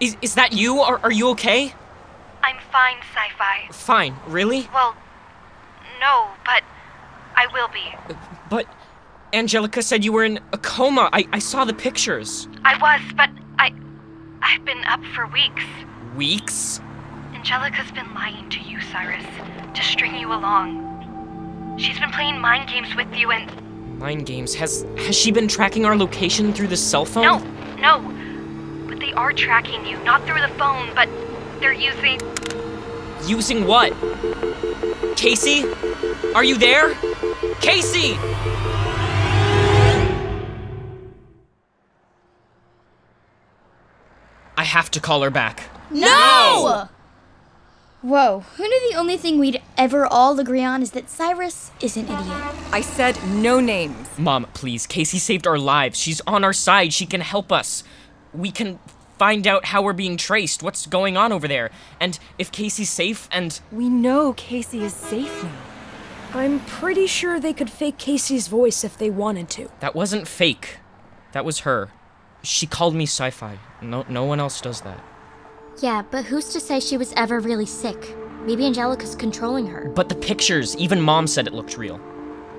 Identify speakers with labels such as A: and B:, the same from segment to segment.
A: Is, is that you? Are, are you okay?
B: I'm fine, sci fi.
A: Fine, really?
B: Well, no, but I will be.
A: But Angelica said you were in a coma. I, I saw the pictures.
B: I was, but I. I've been up for weeks.
A: Weeks?
B: Angelica's been lying to you, Cyrus, to string you along. She's been playing mind games with you and.
A: Mind games. Has has she been tracking our location through the cell phone?
B: No, no. But they are tracking you, not through the phone, but they're using.
A: Using what? Casey? Are you there? Casey! I have to call her back.
C: No!
D: Whoa, who knew the only thing we'd ever all agree on is that Cyrus is an idiot?
C: I said no names.
A: Mom, please. Casey saved our lives. She's on our side. She can help us. We can find out how we're being traced, what's going on over there, and if Casey's safe and.
C: We know Casey is safe now.
E: I'm pretty sure they could fake Casey's voice if they wanted to.
A: That wasn't fake. That was her. She called me sci fi. No, no one else does that.
D: Yeah, but who's to say she was ever really sick? Maybe Angelica's controlling her.
A: But the pictures, even mom said it looked real.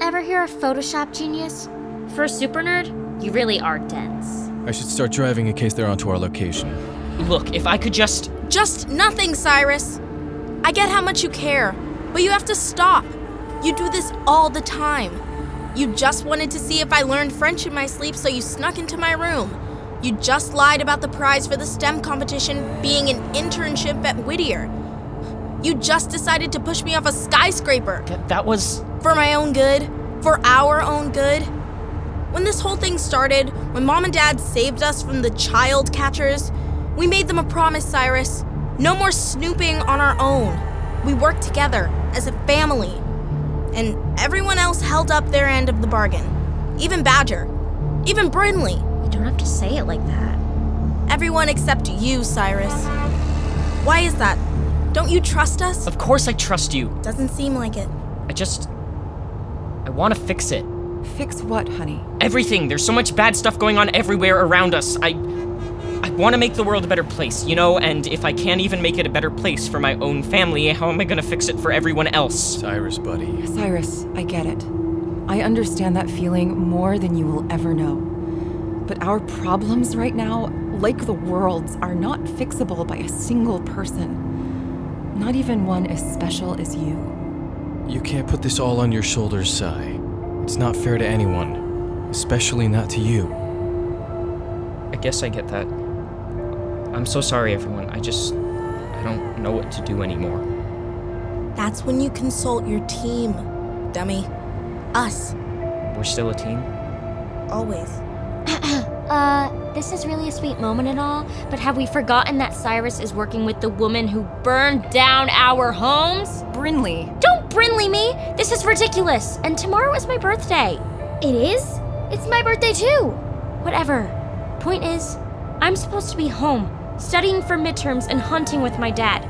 D: Ever hear of Photoshop genius? For a super nerd, you really are dense.
F: I should start driving in case they're onto our location.
A: Look, if I could just.
E: Just nothing, Cyrus. I get how much you care, but you have to stop. You do this all the time. You just wanted to see if I learned French in my sleep, so you snuck into my room. You just lied about the prize for the STEM competition being an internship at Whittier. You just decided to push me off a skyscraper.
A: That, that was.
E: for my own good, for our own good. When this whole thing started, when mom and dad saved us from the child catchers, we made them a promise, Cyrus. No more snooping on our own. We worked together as a family. And everyone else held up their end of the bargain. Even Badger. Even Brinley.
D: You don't have to say it like that.
E: Everyone except you, Cyrus. Why is that? Don't you trust us?
A: Of course I trust you.
E: Doesn't seem like it.
A: I just. I want to fix it.
C: Fix what, honey?
A: Everything. There's so much bad stuff going on everywhere around us. I. I want to make the world a better place, you know? And if I can't even make it a better place for my own family, how am I going to fix it for everyone else?
F: Cyrus, buddy.
C: Cyrus, I get it. I understand that feeling more than you will ever know. But our problems right now, like the world's, are not fixable by a single person. Not even one as special as you.
F: You can't put this all on your shoulders, Cy. It's not fair to anyone, especially not to you.
A: I guess I get that. I'm so sorry, everyone. I just. I don't know what to do anymore.
E: That's when you consult your team, dummy. Us,
A: We're still a team?
E: always.
D: Uh, this is really a sweet moment and all, but have we forgotten that Cyrus is working with the woman who burned down our homes?
C: Brinley,
D: Don't Brinley me! This is ridiculous! And tomorrow is my birthday! It is? It's my birthday too! Whatever. Point is, I'm supposed to be home, studying for midterms and hunting with my dad,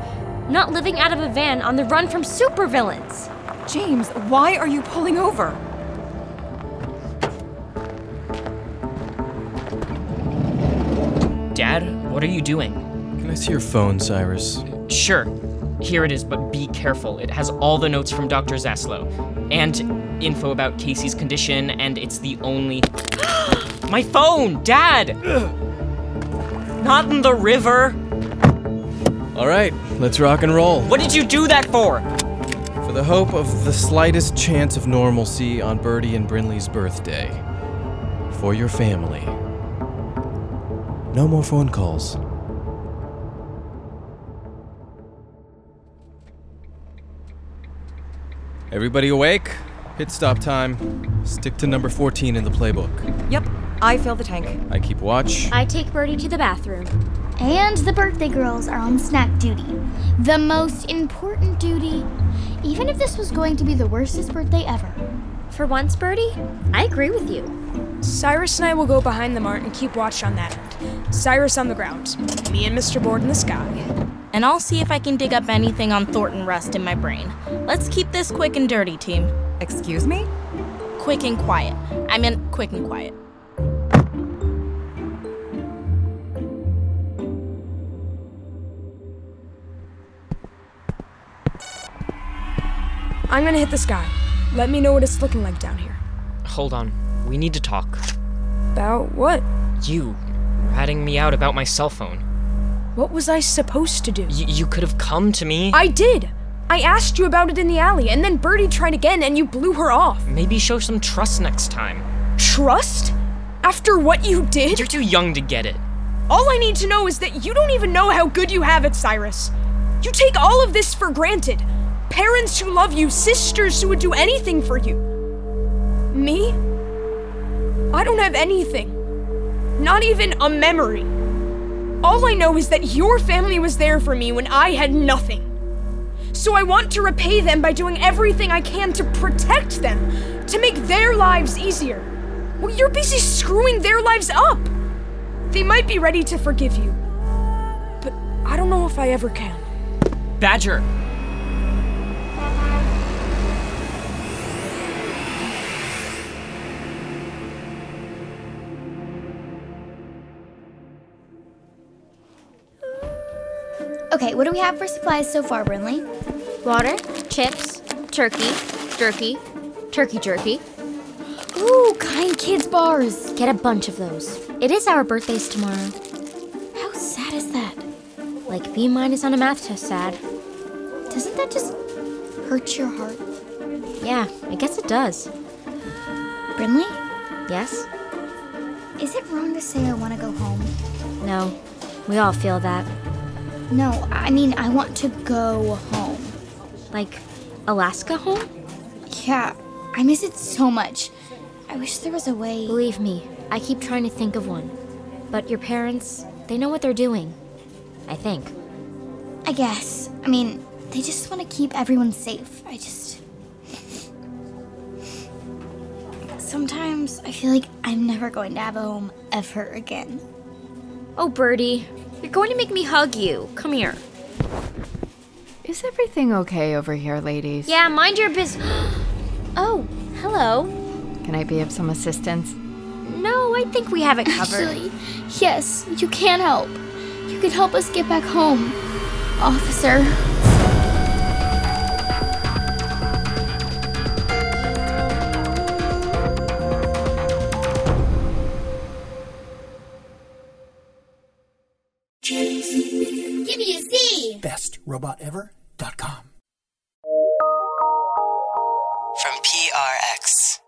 D: not living out of a van on the run from supervillains!
C: James, why are you pulling over?
A: Dad, what are you doing?
F: Can I see your phone, Cyrus?
A: Sure, here it is, but be careful. It has all the notes from Dr. Zaslow and info about Casey's condition, and it's the only. My phone! Dad! Not in the river!
F: All right, let's rock and roll.
A: What did you do that for?
F: For the hope of the slightest chance of normalcy on Birdie and Brinley's birthday. For your family. No more phone calls. Everybody awake? Pit stop time. Stick to number 14 in the playbook.
C: Yep, I fill the tank.
F: I keep watch.
D: I take Birdie to the bathroom.
G: And the birthday girls are on snack duty. The most important duty, even if this was going to be the worstest birthday ever.
D: For once, Birdie, I agree with you.
H: Cyrus and I will go behind the mart and keep watch on that end. Cyrus on the ground, me and Mr. Board in the sky.
E: And I'll see if I can dig up anything on Thornton Rust in my brain. Let's keep this quick and dirty, team.
C: Excuse me?
E: Quick and quiet. I meant quick and quiet.
H: I'm gonna hit the sky. Let me know what it's looking like down here.
A: Hold on. We need to talk.
H: About what?
A: You ratting me out about my cell phone.
H: What was I supposed to do?
A: Y- you could have come to me.
H: I did! I asked you about it in the alley, and then Birdie tried again, and you blew her off.
A: Maybe show some trust next time.
H: Trust? After what you did?
A: You're too young to get it.
H: All I need to know is that you don't even know how good you have it, Cyrus. You take all of this for granted. Parents who love you, sisters who would do anything for you. Me? I don't have anything. Not even a memory. All I know is that your family was there for me when I had nothing. So I want to repay them by doing everything I can to protect them, to make their lives easier. Well, you're busy screwing their lives up. They might be ready to forgive you, but I don't know if I ever can.
A: Badger!
G: Okay, what do we have for supplies so far, Brinley?
D: Water, chips, turkey, jerky, turkey jerky. Ooh, kind kids bars. Get a bunch of those. It is our birthdays tomorrow. How sad is that? Like B minus on a math test sad.
G: Doesn't that just hurt your heart?
D: Yeah, I guess it does.
G: Brinley,
D: Yes?
G: is it wrong to say I want to go home?
D: No. We all feel that.
G: No, I mean, I want to go home.
D: Like Alaska home?
G: Yeah, I miss it so much. I wish there was a way.
D: Believe me, I keep trying to think of one. But your parents, they know what they're doing. I think.
G: I guess. I mean, they just want to keep everyone safe. I just. Sometimes I feel like I'm never going to have a home ever again.
D: Oh, Birdie, you're going to make me hug you. Come here.
I: Is everything okay over here, ladies?
D: Yeah, mind your business. oh, hello.
I: Can I be of some assistance?
D: No, I think we have it covered.
G: Actually, yes, you can help. You can help us get back home, officer.
J: Give me a C. BestRobotEver.com.
K: From PRX.